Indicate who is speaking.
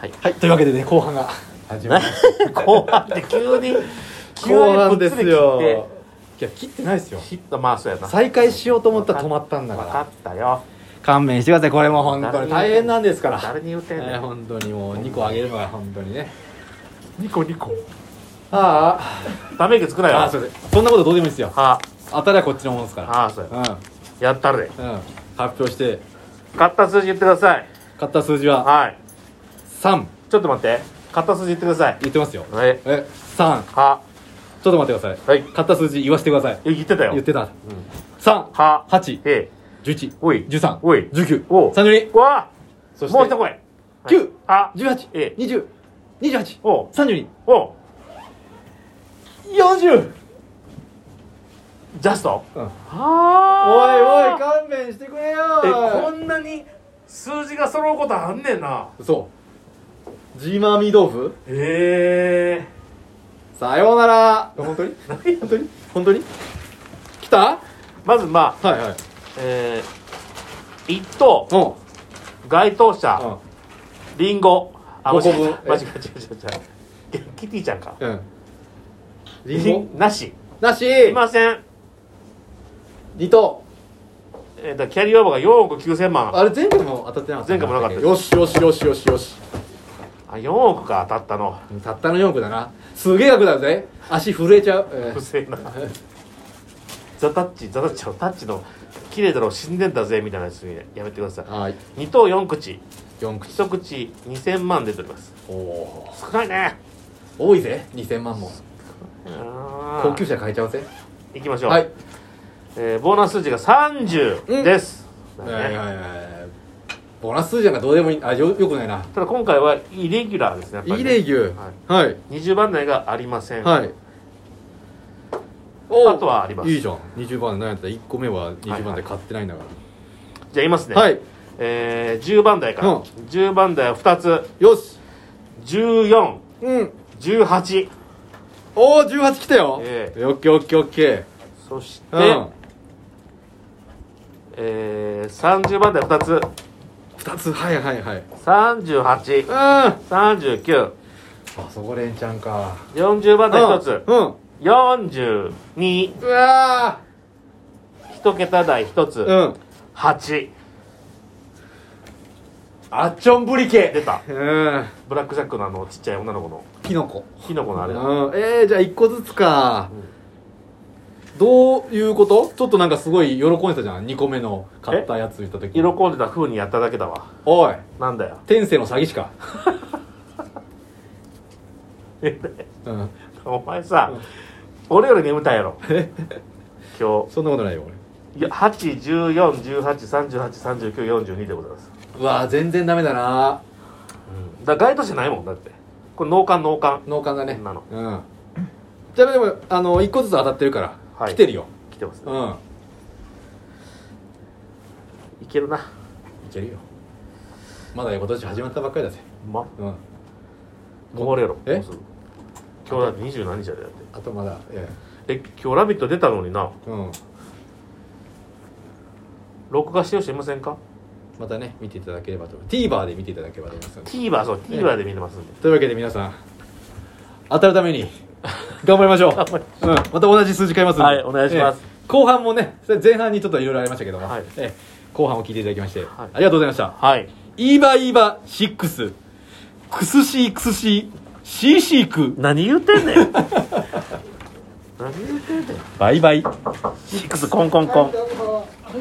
Speaker 1: はい
Speaker 2: はいというわけでね後半が始まりま し
Speaker 1: 後半って急に
Speaker 2: た後半ですよ
Speaker 1: 急にこ
Speaker 2: いや切ってないですよ
Speaker 1: っちで切ってヒットまあそうやな
Speaker 2: 再開しようと思ったら止まったんだ
Speaker 1: 分
Speaker 2: か
Speaker 1: からったよ
Speaker 2: 勘弁してくださいこれも本当に大変なんですから、
Speaker 1: 誰に言うてんね
Speaker 2: えー
Speaker 1: ん
Speaker 2: 本当にもう2個あげるのが本当にね
Speaker 1: ニコニコ
Speaker 2: あ
Speaker 1: ため息つく
Speaker 2: あ
Speaker 1: なよ
Speaker 2: ああすいませんそんなことどうでもいいですよ
Speaker 1: あ
Speaker 2: 当たりはこっちのものですか
Speaker 1: ああそうや
Speaker 2: らうん
Speaker 1: やったるで
Speaker 2: うん発表して
Speaker 1: 買った数字言ってください
Speaker 2: 買った数字は
Speaker 1: はい
Speaker 2: 3
Speaker 1: ちょっと待って買った数字言ってください
Speaker 2: 言ってますよ
Speaker 1: はい
Speaker 2: え3ちょ
Speaker 1: は
Speaker 2: っと待ってください
Speaker 1: はい
Speaker 2: 買った数字言わせてください
Speaker 1: え言ってたよ
Speaker 2: 言ってた3
Speaker 1: は
Speaker 2: 8
Speaker 1: え
Speaker 2: 11
Speaker 1: おい
Speaker 2: 13
Speaker 1: おい
Speaker 2: 19
Speaker 1: おう
Speaker 2: 32
Speaker 1: わあ
Speaker 2: そして
Speaker 1: もう一声
Speaker 2: 9
Speaker 1: は
Speaker 2: 18
Speaker 1: え
Speaker 2: 20 28
Speaker 1: おう
Speaker 2: 32
Speaker 1: おう
Speaker 2: 40
Speaker 1: ジャスト
Speaker 2: うんおいおい
Speaker 1: は
Speaker 2: 勘弁してくれよ
Speaker 1: えこんなに数字が揃うことあんねんな
Speaker 2: そうジーマーミー豆腐
Speaker 1: え
Speaker 2: さようなら本当に本当に本当に来たは
Speaker 1: え まずまあ
Speaker 2: いはい
Speaker 1: えー、一等
Speaker 2: うん
Speaker 1: 該当者
Speaker 2: う
Speaker 1: リンゴあ
Speaker 2: 五
Speaker 1: 間
Speaker 2: 個
Speaker 1: 違
Speaker 2: 分
Speaker 1: えた間違えた間違えたキティちゃんか
Speaker 2: んうんリンゴ
Speaker 1: なし
Speaker 2: なし
Speaker 1: いません
Speaker 2: 二等
Speaker 1: えー、だキャリーオーバーが4億9000万
Speaker 2: あれ前回も当たってなかった
Speaker 1: 前回もなかったです
Speaker 2: よしよしよしよしよし
Speaker 1: あ4億か当たったの
Speaker 2: たったの4億だなすげえ額だぜ足震えちゃう、え
Speaker 1: うるせえな ザタッチザタッチのタッチの綺麗だろ死んでんだぜみたいなやつやめてください
Speaker 2: ー、はい
Speaker 1: 2等4口
Speaker 2: 4口
Speaker 1: 一口2000万出ております
Speaker 2: おお
Speaker 1: 少ないね
Speaker 2: 多いぜ2000万も
Speaker 1: 高
Speaker 2: 高級車買えちゃうぜ
Speaker 1: いきましょう、
Speaker 2: はい
Speaker 1: えーボーナス数字が30です、
Speaker 2: はい
Speaker 1: だ
Speaker 2: は
Speaker 1: ね
Speaker 2: いはいボーナス数字なんかどうでもいいあよよくないな
Speaker 1: ただ今回はイレギュラーですねやっぱり
Speaker 2: イ
Speaker 1: ね
Speaker 2: レギュはい
Speaker 1: 20番台がありません、
Speaker 2: はいおー
Speaker 1: あとはあります
Speaker 2: いいじゃん20番で何やったら1個目は20番で買ってないんだか
Speaker 1: じゃあ言いますね、
Speaker 2: らはい
Speaker 1: えー10番台から、
Speaker 2: うん
Speaker 1: 10番台は2つ
Speaker 2: よし
Speaker 1: 1418
Speaker 2: うんおお18来たよ
Speaker 1: ええ
Speaker 2: オッケーオッケーオッケ
Speaker 1: そして、
Speaker 2: ーうん
Speaker 1: えー30番台2つ
Speaker 2: 2つはいはいはいうん
Speaker 1: 3839
Speaker 2: あそこ連チャンか
Speaker 1: 40番台1つ
Speaker 2: うんうん
Speaker 1: 42
Speaker 2: うわ
Speaker 1: 一桁台一つ、
Speaker 2: ーうん
Speaker 1: 8
Speaker 2: あっちょんぶり系
Speaker 1: 出た
Speaker 2: うん
Speaker 1: ブラックジャックのあのちっちゃい女の子の
Speaker 2: キノコ
Speaker 1: キノコのあ
Speaker 2: う
Speaker 1: れだ
Speaker 2: んえー、じゃあ1個ずつか、どういうことちょっとなんかすごい喜んでたじゃん2個目の買ったやつ言った時
Speaker 1: 喜んでた風にやっただけだわ
Speaker 2: おい
Speaker 1: なんだよ
Speaker 2: 天性の詐欺師か
Speaker 1: え
Speaker 2: うん
Speaker 1: お前さ、俺より眠たいや ろ今
Speaker 2: そんなことないよ俺
Speaker 1: 日いや81418383942でございます、
Speaker 2: うわー全然ダメだな
Speaker 1: うん、だから該当者ないもんだってこれ脳幹脳幹
Speaker 2: 脳幹だね
Speaker 1: そんなの
Speaker 2: うんじゃあでもあの1個ずつ当たってるから、
Speaker 1: はい
Speaker 2: 来てるよ
Speaker 1: 来てますね
Speaker 2: うん
Speaker 1: いけるない
Speaker 2: けるよまだ今年始まったばっかりだぜ
Speaker 1: うまっ
Speaker 2: うん
Speaker 1: 終わるやろ
Speaker 2: え
Speaker 1: もうすぐ今日だって二十何日やでだっ
Speaker 2: あとまだえ
Speaker 1: てえ今日「ラビット!」出たのにな
Speaker 2: えうん
Speaker 1: 録画しようしていませんか
Speaker 2: またね見ていただければと思います TVer で見ていただければと思いますので
Speaker 1: TVer そう TVer で見れますんで
Speaker 2: というわけで皆さん当たるために頑張りま しょううん、また同じ数字買いますんで
Speaker 1: はいお願いします
Speaker 2: ええ後半もねそれ前半にちょっといろいろありましたけども、
Speaker 1: はい
Speaker 2: ええ後半を聞いていただきまして、
Speaker 1: はい
Speaker 2: ありがとうございました
Speaker 1: はい
Speaker 2: イーバイーバ6クスシークスシーシーシーク
Speaker 1: 何言うてん ねん何言うてんねん
Speaker 2: バイバイ
Speaker 1: シックスコンコンコン